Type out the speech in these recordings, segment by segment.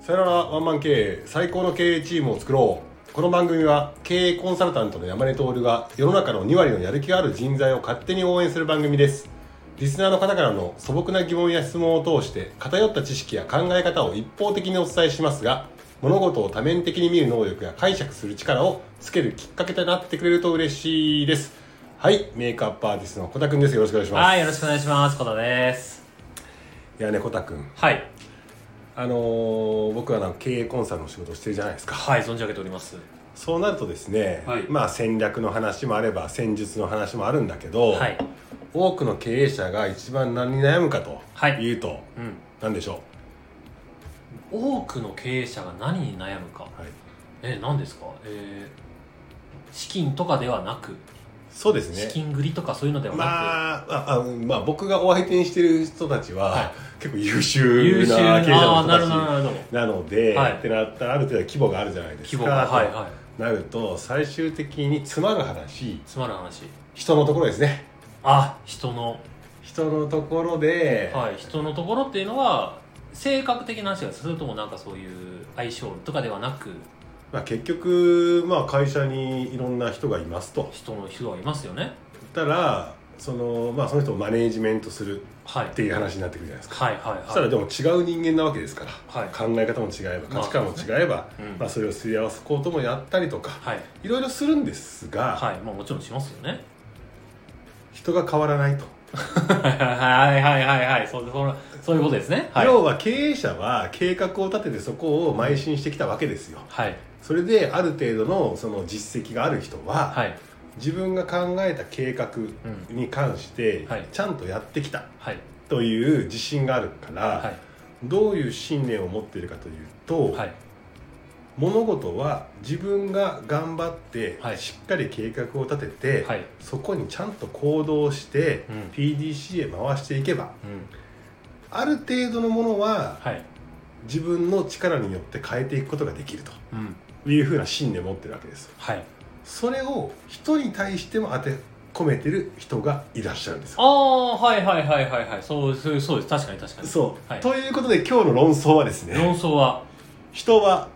さよならワンマン経営最高の経営チームを作ろうこの番組は経営コンサルタントの山根徹が世の中の2割のやる気がある人材を勝手に応援する番組ですリスナーの方からの素朴な疑問や質問を通して偏った知識や考え方を一方的にお伝えしますが物事を多面的に見る能力や解釈する力をつけるきっかけとなってくれると嬉しいですはいメイクアップアーティストのコタくんですよろしくお願いします、はい、い、よろしくお願いします。コタです。やねコタくんはい。あのー僕はなんか経営コンサルの仕事をしてるじゃないですかはい、存じ上げております。そうなるとですね、はいまあ戦略の話もあれば戦術の話もあるんだけど、はい。多くの経営者が一番何に悩むかとはいいうと、うん。何でしょ多くの経営者が何に悩むか。う、はい、え、何ですかえー、資金とかではなく、そうです資ね金繰りとかそういうのではなく、まあああ、うんまあ、僕がお相手にしてる人たちは、はい結構優秀優秀な経営者な、のああー、人たなるほど、ちなるほど。なので、はいってなったらある程度規模があるじゃないです規か模が、はい、はい。となると最終的につまる話つまらん話。人のところですねあ、人の、人のところで、はい、人のところっていうのは、性格的な話がそれともなんかそういう相性とかではなく、まあ、結局、まあ、会社にいろんな人がいますと人の人がいますよね。言ったらその,、まあ、その人をマネージメントするはい。っていう話になってくるじゃないですか、はい、はい、はい。そしたらでも違う人間なわけですから、はい考え方も違えば価値観も違えば、まあそそうですねうんれをすり合わせこともやったりとか、はい。い、ろいろするんですが、はい、まあもちろんしますよね。人が変わらないと、はいはいはいはい、そうそうそういうことですね。はい。要は経営者は計画を立ててそこを邁進してきたわけですよはい。それである程度のその実績がある人は、はい。自分が考えた計画に関して、うんはいちゃんとやってきたはい。という自信があるから、はい。どういう信念を持っているかというと、はい。物事は自分が頑張って、はいしっかり計画を立てて、はい。そこにちゃんと行動して、うん PDC へ回していけばうん。ある程度のものははい。自分の力によって変えていくことができるとうん。いうふうな信念を持ってるわけですはい。それを人に対しても当て込めてる人がいらっしゃるんですよああ、はいはいはいはいはい。そう、そう、そうです。確かに確かに。そう、はいということで今日の論争はですね論争は、人は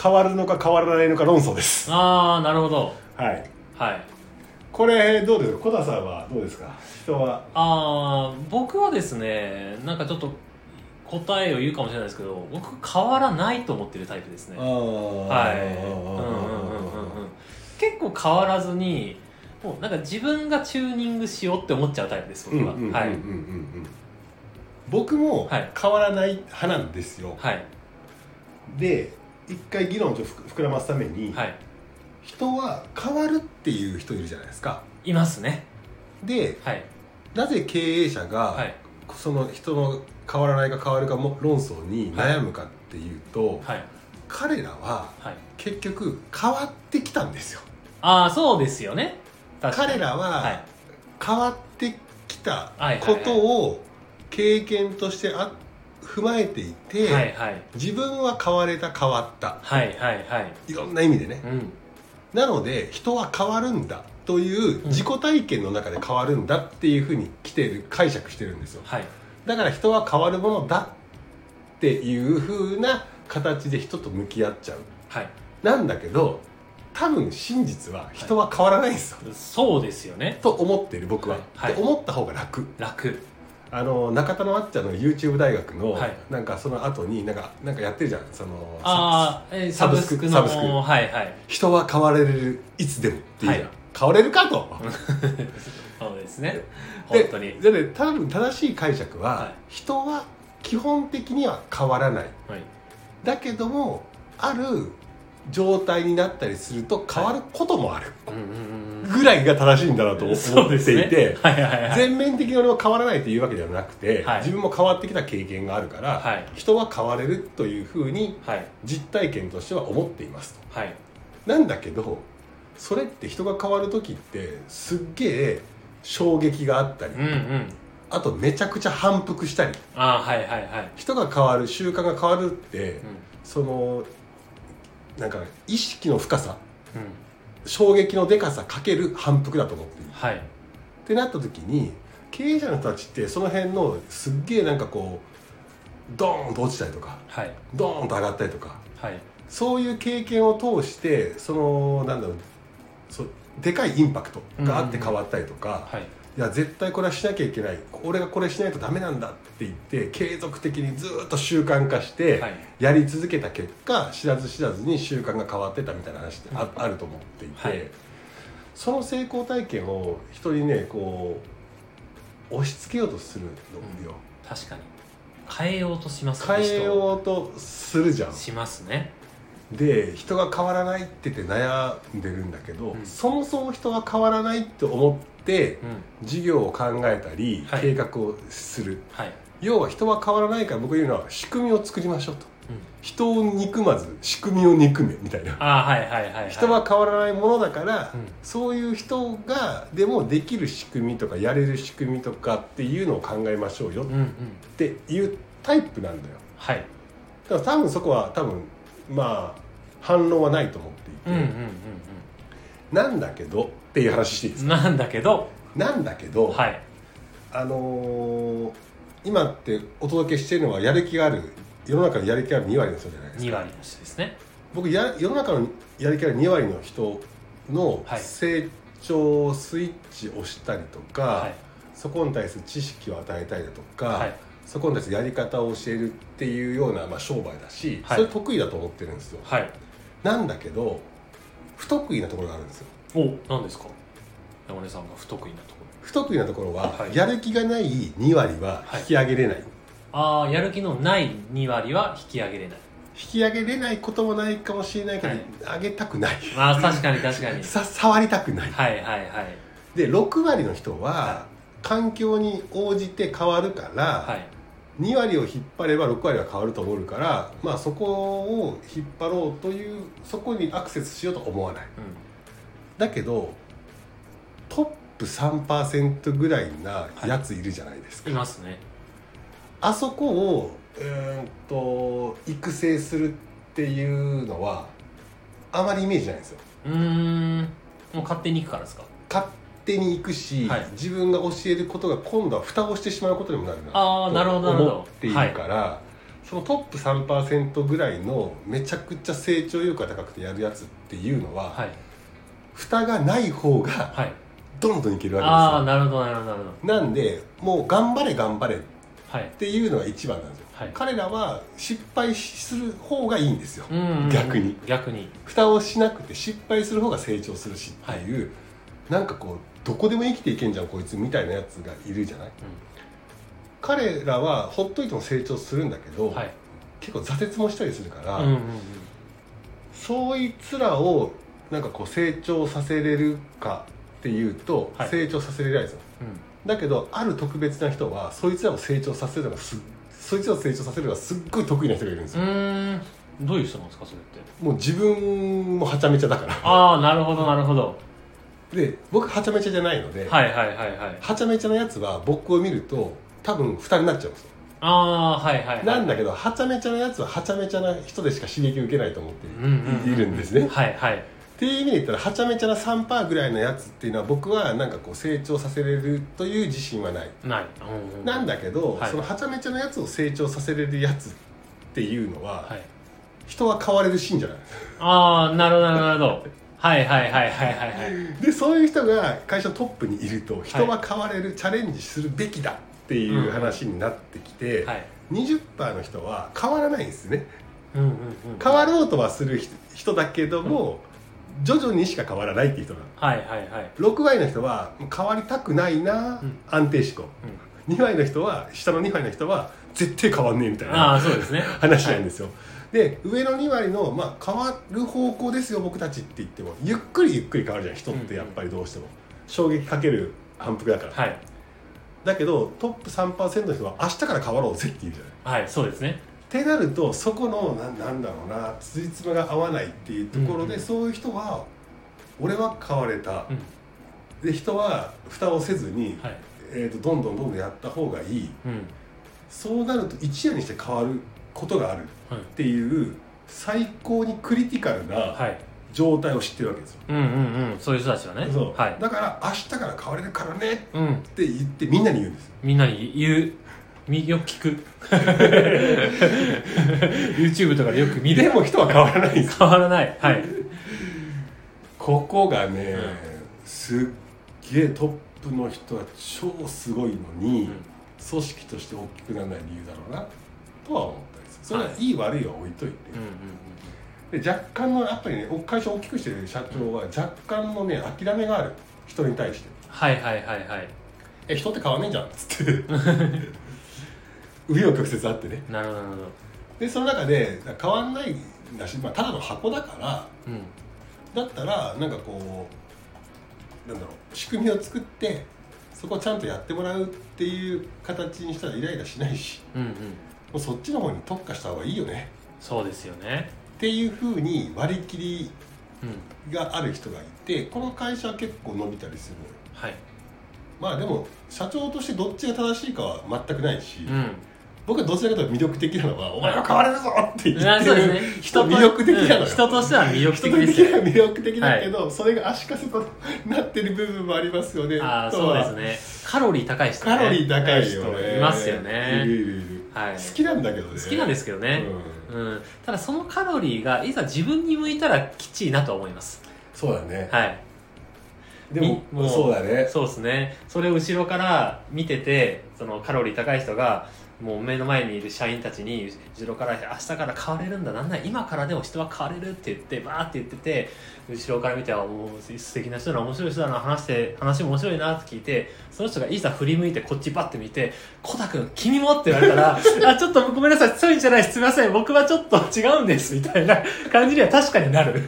変わるのか変わらないのか論争ですああ、なるほど。はいはい。これどうですか小田さんはどうですか人はああ、僕はですね、なんかちょっと答えを言うかもしれないですけど、僕変わらないと思ってるタイプですね。はい、うんうんうんうんうん結構変わらずにもうなんか自分がチューニングしようって思っちゃうタイプです僕は、うんうんうんうんうんはい僕もはい変わらない派なんですよ、はいで一回議論をちょっと膨らますために、はい人は変わるっていう人いるじゃないですかいますねではいなぜ経営者が、はいその人の変わらないか変わるかも論争に悩むかっていうと、はい彼らははい結局変わってきたんですよああそうですよね確かに彼らははい変わってきたはいはいはいことを経験としてあ踏まえていて、はいはい自分は変われた変わったはいはいはいいろんな意味でねうんなので人は変わるんだという自己体験の中で変わるんだっていうふうに来てる解釈してるんですよはいだから人は変わるものだっていうふうな形で人と向き合っちゃうはいなんだけど多分真実は人は変わらないんですよ、そうですよねと思っている僕は、はいって思った方が楽楽あの中田のあっちゃんの YouTube 大学の、はいなんかその後になんかなんかやってるじゃんそのさああえーサブスクのサブスクはいはい人は変われるいつでもっていうじゃん、はい変われるか とそうですね本で当にでね多分正しい解釈は、はい人は基本的には変わらないはいだけどもある状態になったりすると変わることもある、うんうんぐらいが正しいんだなとう思んそうっですてねいて、はいはい はい全面的に俺は変わらないというわけではなくて、はい自分も変わってきた経験があるから、はい人は変われるというふうにはい実体験としては思っていますとはいなんだけどそれって人が変わる時ってすっげえ衝撃があったり、うんうんあとめちゃくちゃ反復したりああはいはいはい、人が変わる習慣が変わるって、うそのなんか意識の深さんうん、衝撃のでかさかける反復だと思っているはいってなった時に経営者の人たちってその辺のすっげえなんかこうドーンと落ちたりとかはいドーンと上がったりとかはいそういう経験を通してそのなんだろうそうでかいインパクトがあって変わったりとか、はいいや絶対これはしなきゃいけない俺がこれしないとダメなんだって言って継続的にずっと習慣化してはいやり続けた結果知らず知らずに習慣が変わってたみたいな話ってあ,、あると思っていて、はいその成功体験を人にねこう押し付けようとするのよ、確かに変えようとしますね変えようとするじゃ人んをしますねで人が変わらないって言って悩んでるんだけど、うんそもそも人が変わらないって思ってうん事業を考えたりはい計画をする、はい、要は人は変わらないから僕が言うのは仕組みを作りましょうとうん、人を憎まず仕組みを憎めみたいな、ああはいはいはい、はい、人は変わらないものだから、うんそういう人がでもできる仕組みとかやれる仕組みとかっていうのを考えましょうようんうんっていうタイプなんだよはいだから多分そこは多分まあ反論はないと思っていて、うんうんうんなんだけどっていう話していいでうすんか、なんだけどなんだけど、はいあのー今ってお届けしてるのはやる気がある世の中のやる気がある2割の人じゃないですか2割の人ですね僕や世の中のやる気ある2割の人のはい成長スイッチを押したりとか、はいそこに対する知識を与えたりだとか、はいそこに対するやり方を教えるっていうような、まあ、商売だし、はいそれ得意だと思ってるんですよはいなんだけど不得意なところがあるんですよお何ですか山根さんが不得意なところ不得意なところは、はいやる気がない2割は引き上げれない、ああやる気のない2割は引き上げれない引き上げれないこともないかもしれないけど、はい上げたくないまあ確かに確 かにさ触りたくないはいはいはいで6割の人は環境に応じて変わるから、はい2割を引っ張れば6割は変わると思うから、まあ、そこを引っ張ろうというそこにアクセスしようと思わないうんだけどトップ3%ぐらいなやついるじゃないですか、いますねあそこをうーんと育成するっていうのはあまりイメージないんですようーんもう勝手に行くからですか勝手に行くし、はい自分が教えることが今度は蓋をしてしまうことにもなるなあーなるほどなるほど思っているから、そのトップ3%ぐらいのめちゃくちゃ成長意欲が高くてやるやつっていうのは、はい蓋がない方がはいどんどんいけるああわなるほどなるほどなるほどけですよなんでもう頑張れ頑張れっはいていうのが一番なんですよ、はい彼らは失敗する方がいいんですよ、うんうんうん逆に逆に蓋をしなくて失敗する方が成長するしっていう、なんかこうどこでも生きていけんじゃんこいつみたいなやつがいるじゃない彼らはほっといても成長するんだけうど、んはい結構挫折もしたりするから、うんうんうんそいつらをなんかこう成長させれるかっていうと、はい成長させれないですようんだけどある特別な人はそいつらを成長させるのがすっそいつらを成長させるのがすっごい得意な人がいるんですうよ、ーんどういう人なんですかそれってもう自分もはちゃめちゃだからああなるほどなるほどで僕はちゃめちゃじゃないので、はいはいはいはいはちゃめちゃなやつは僕を見ると多分2人になっちゃうんですよああーはいはいはいなんだけどはちゃめちゃなやつははちゃめちゃな人でしか刺激を受けないと思ってうんうんいるんですね。っはいはいていう意味で言ったらはちゃめちゃな3%ぐらいのやつっていうのは僕はなんかこう成長させれるという自信はない。ないうんうんなんだけど、はいそのはちゃめちゃなやつを成長させれるやつっていうのは、はい人は変われるシーンじゃない ああなるほどなるほどはいはいはいはいはいはいでそういう人が会社のトップにいると人は変われる、チャレンジするべきだっていう話になってきて、はい20%の人は変わらないんですね。うんうんうん変わろうとはする人人だけども、徐々にしか変わらないっていう人なのはいはいはい6割の人は変わりたくないな、うん安定志向うん2割の人は下の2割の人は絶対変わんねえみたいあなあそうですね話なんですよ、で上の2割の、まあ、変わる方向ですよ僕たちって言ってもゆっくりゆっくり変わるじゃん人ってやっぱりどうしても、衝撃かける反復だから、はいだけどトップ3%の人は明日から変わろうぜって言うじゃないはいそうですねってなるとそこのななんだろうなつじつまが合わないっていうところで、うんうんそういう人は俺は変われた、うんで人は蓋をせずに、はいえー、とどんどんどんどんやった方がいいうんそうなると一夜にして変わることがあるっはいていう最高にクリティカルなはい状態を知ってるわけですよ、うんうんうんそういう人たちはねそうはいだから明日から変われるからねうんって言ってみんなに言うんですよみんなに言うみよく聞 く YouTube とかでよく見でるも人は変わらないんです変わらないはいここがね、すっげえトップの人は超すごいのに、うん組織として大きくならない理由だろうなとは思ったりするそれはいい悪いは置いといて、うんうんで若干のやっぱりね会社を大きくしてる社長は若干のね諦めがある人に対してはいはいはいはい「え人って変わんねえじゃん」っつって紆余曲折あってねなるほどなるほどでその中で変わんないんだし、まあ、ただの箱だからうんだったらなんかこうなんだろう仕組みを作ってそこをちゃんとやってもらうっていう形にしたらイライラしないしうんうんもうそっちの方に特化した方がいいよねそうですよねっていうふうに割り切りうんがある人がいてこの会社は結構伸びたりするのよはいまあでも社長としてどっちが正しいかは全くないし、うん僕はどちらかというと魅力的なのは「お前は変われるぞ!」って言あってそうでするね人と魅力的なのうよん人としては魅力人的的ですにはよ魅力的だけど、それが足かせとなってる部分もありますよねああとそうはですねカロリー高い人ねカロリー高いよ人ねいますよいるねいるいるはい好きなんだけどね好きなんですすけどねうんただそのカロリーがいざ自分に向いたらきっちりなとは思いますそうだね、はいでもみもうそうだねそうですねそれを後ろから見ててそのカロリー高い人がもう目の前にいる社員たちに後ろから明日から変われるんだなんなら今からでも人は変われるって言ってバーって言ってて後ろから見てはもう素敵な人だな面白い人だな話して話も面白いなって聞いてその人がいざ振り向いてこっちバッて見て「コタ君君も?」って言われ たら「あちょっとごめんなさいそういうんじゃないすみません僕はちょっと違うんです」みたいな感じには確かになる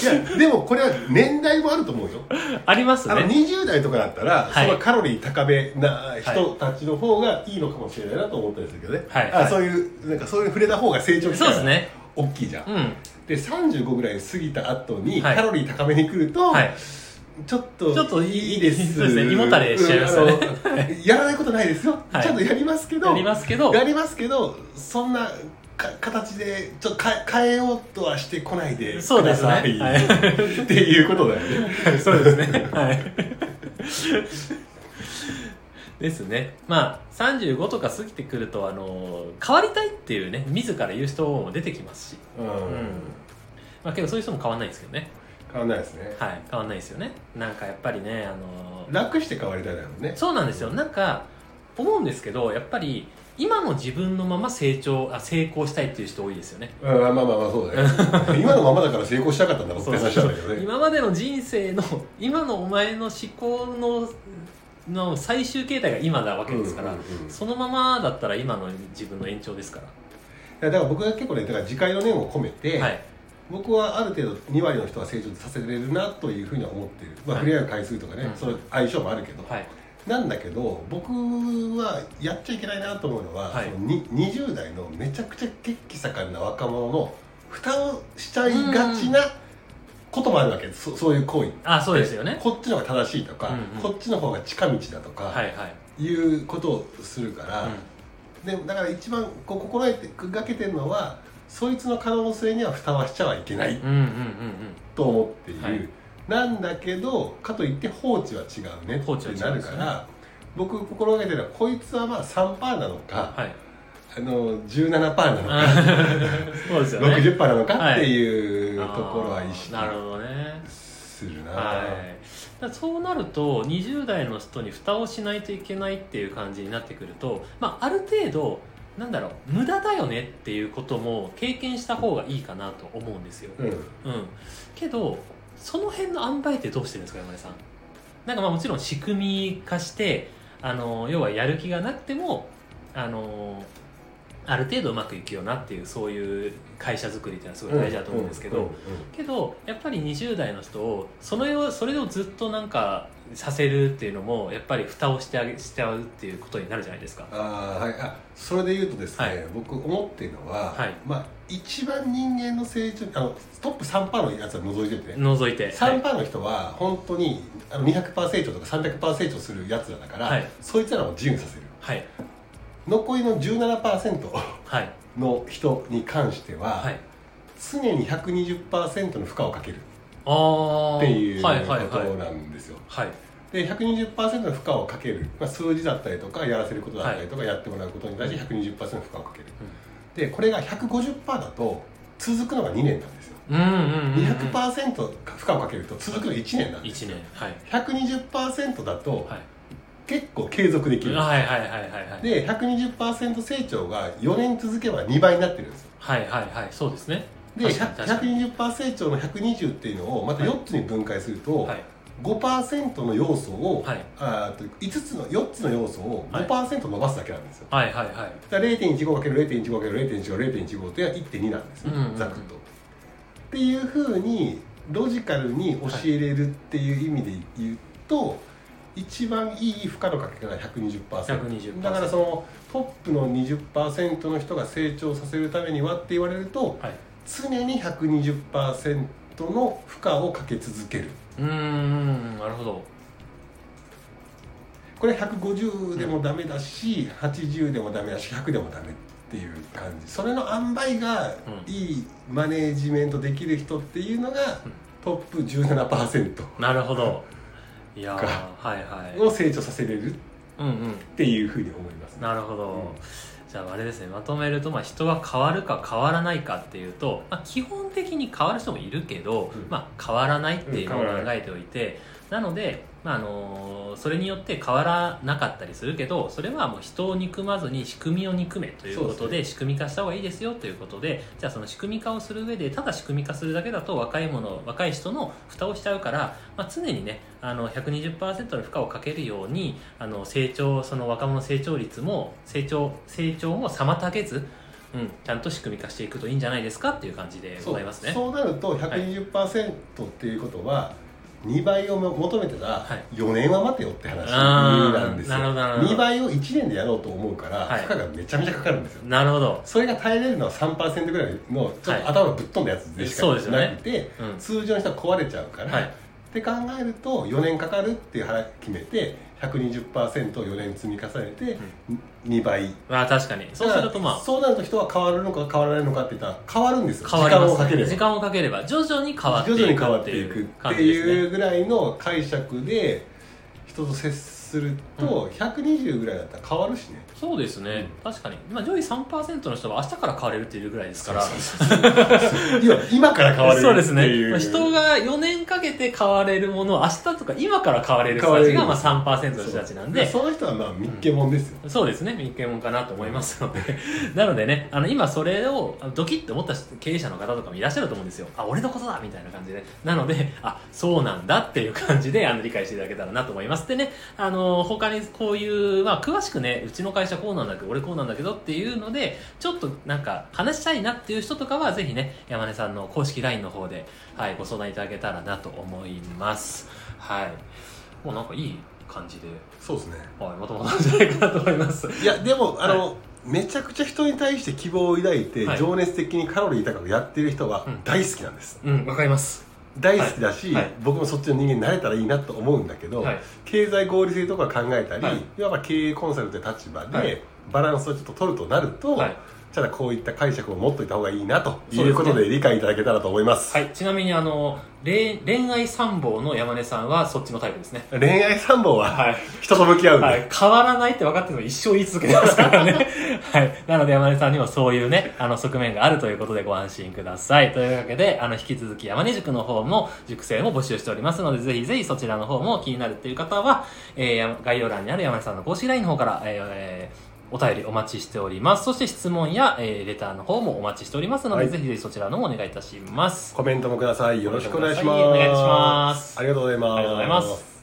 いやでもこれは年代もあると思うよありますあのね20代とかだったら、はいそのカロリー高めな人たちの方がいいのかもしれないなと思ったりするけどね、はいあそういうなんかそういう触れた方が成長期そうです間がね大きいじゃん、うんで35ぐらい過ぎた後に、はいカロリー高めに来ると、はいちょっとちょっといいいいですそうですね胃もたれしちゃいますよねうんあのやらないことないですよ、はいちゃんとやりますけどやりますけどやりますけどそんなか形でちょっと変え変えようとはしてこないでくださいそうですねはいっていうことだよねそうですね。はい。ですね。まあ、35とか過ぎてくると、あの、変わりたいっていうね、自ら言う人も出てきますし。うんまあ、けどそういう人も変わんないですけどね。変わんないですねはい。変わんないですよね。なんかやっぱりね、あの、楽して変わりたいだもんねそうなんですよ。なんか、思うんですけど、やっぱり、今の自分のまま成長、あ、成功したいっていう人多いですよね。うんまあまあまあそう だね今のままだから成功したかったんだろうって話なんだけどね今までの人生の 今のお前の思考のの最終形態が今なわけですから、うんうんうんそのままだったら今の自分の延長ですかいやだから僕が結構ねだから自戒の念を込めて、ら、はい僕はある程度2割の人は成長させれるなというふうには思ってる、まあ、はい触れ合う回数とかね、うんその相性もあるけど、はいなんだけど僕はやっちゃいけないなと思うのは、はいそのに20代のめちゃくちゃ血気盛んな若者の蓋をしちゃいがちなこともあるわけです、そそういう行為あそうですよねこっちの方が正しいとか、うんうんこっちの方が近道だとか、はいはい、い、うことをするから、うでだから一番こう心がけてるのはそいつの可能性には蓋はしちゃはいけないん、うんうんうんと思っている、はいなんだけどかといって放置は違うね放置は違っいますねてなるから、僕心がけてるのはこいつはまあ3パーなのか、うんはいあの17パーなのか、そうですよね60パーなのかはっいていうとあーころは意識なるほどねするなはい、だからそうなると20代の人に蓋をしないといけないっていう感じになってくると、まあ、ある程度なんだろう無駄だよねっていうことも経験した方がいいかなと思うんですよ、うんうん、けどその辺の塩梅ってどうしてるんですか山根さんなんかまあもちろん仕組み化してあの要はやる気がなくてもあのある程度うまくいくよなっていうそういう会社作りっていうのはすごい大事だと思うんですけど、うんけどやっぱり20代の人をそれをそれをずっとなんかさせるっていうのもやっぱり蓋をしてあげしてあうっていうことになるじゃないですかあーはい、あそれで言うとですね、はい僕思ってるのは、はいまあ、一番人間の成長あのトップ3パーのやつは除いててね、覗いて3パーの人は本当にあの200%成長とか300%成長するやつらだから、はいそいつらを自由にさせるはい残りの17%はいの人に関しては、はい常に120%の負荷をかけるああっていうはこいはいはいとなんですよ、はいで120%の負荷をかける、まあ、数字だったりとかやらせることだったりとかやってもらうことに対して120%の負荷をかける、でこれが150%だと続くのが2年なんですようんうんうん、うん、 200%負荷をかけると続くの1年なんです1年はい120%だとはい結構継続できる、はいはいはいはいはいで120%成長が4年続けば2倍になってるんですよはいはいはいそうですねで確かに確かに120%成長の120っていうのをまた4つに分解すると、はい5%の要素を、はいあーと5つの4つの要素をはい5%伸ばすだけなんですよ、はいはいはいだから 0.15×0.15×0.15×0.15 っていうのは1.2なんですね、うんうんうんざくっと。っていうふうにロジカルに教えれるっていう意味で言うと、一番いい負荷のかけ方が120%。 120%だからそのトップの20%の人が成長させるためにはって言われるとはい常に120%の負荷をかけ続けるうーんなるほどこれ150でもダメだし、80でもダメだし100でもダメっていう感じそれの塩梅がういいマネージメントできる人っていうのが、うんトップ17%なるほどいやーかはいはいを成長させれるっうんうんていうふうに思いますねなるほど、うんじゃああれですねまとめると、まあ、人は変わるか変わらないかっていうと、まあ、基本的に変わる人もいるけど、うんまあ、変わらないっていうのをうん考変わらなえておいて、なので、まああのーそれによって変わらなかったりするけどそれはもう人を憎まずに仕組みを憎めというこそとうで仕組み化した方がいいですよということでじゃあその仕組み化をする上でただ仕組み化するだけだと若いもの若い人の蓋をしちゃうから、まあ、常にねあの120%の負荷をかけるようにあの成長その若者の成長率も成長成長も妨げず、うん、ちゃんと仕組み化していくといいんじゃないですかっていう感じでございますね。そうなると120%っていうことは2倍を求めてたはい4年は待てよって話あーなんですよ、なるほどなるほど2倍を1年でやろうと思うからはい負荷がめちゃめちゃかかるんですよ、なるほど、それが耐えれるのは3%ぐらいのちょっはいと頭ぶっ飛んだやつでしかそうですよねなくて、うん通常の人は壊れちゃうから、はいって考えると4年かかるっていう腹決めて 120%4 年積み重ねて2倍まあ、確かにそうするとまあそうなると人は変わるのか変わらないのかって言ったら変わるんですよ変わり時間をかますければ時間をかければ徐々に変わっていく徐々に変わっていくっ感てじですねいうぐらいの解釈で人と接すると120ぐらいだったら変わるしねそうですね、確かに、まあ、上位3%の人は明日から変われるっていうぐらいですから いや今から変われるそうでってすねいまあう人が4年かけて変われるものを明日とか今から変われる人たちがまあ3%の人たちなんでそうその人はまあ見っけもんですよ、そうですね、民間もんかなと思いますので、 なのでね、あの今、それをあのドキッと思った経営者の方とかもいらっしゃると思うんですよ、あ俺のことだみたいな感じで、なので、あそうなんだっていう感じであの理解していただけたらなと思います。でね、あの他にこういう、まあ、詳しくね、うちの会社こうなんだけど、俺こうなんだけどっていうので、ちょっとなんか話したいなっていう人とかは、ぜひね、山根さんの公式 LINE の方で、はい、ご相談いただけたらなと思います。はい、もうなんかいい感じで。そうですねはい、まとまったんじゃないかなと思います。いやでもあの、めちゃくちゃ人に対して希望を抱いて、はい情熱的にカロリー高くやってる人はうん大好きなんです、うん、わかります。大好きだし、はいはい僕もそっちの人間になれたらいいなと思うんだけど、はい経済合理性とか考えたり、はいい、わば経営コンサルという立場で、はいバランスをちょっと取るとなると、はいただこういった解釈を持っといた方がいいなとそうですいねうことで理解いただけたらと思います、はい、ちなみに、あの、恋恋愛参謀の山根さんはそっちのタイプですね。恋愛参謀ははい。人と向き合うんで、はい、変わらないって分かってても一生言い続けてますか らね。はい。なので山根さんにもそういうね、あの側面があるということでご安心ください。というわけで、あの、引き続き山根塾の方も、塾生も募集しておりますので、ぜひぜひそちらの方も気になるっていう方は、えーや、概要欄にある山根さんの公式 LINE の方から、えーえーお便りお待ちしております。そして質問や、えーレターの方もお待ちしておりますのはで、いぜひぜひそちらの方もお願いいたします。コメントもくださいよろしくお願いしますお願いしますありがとうございますありがとうございます。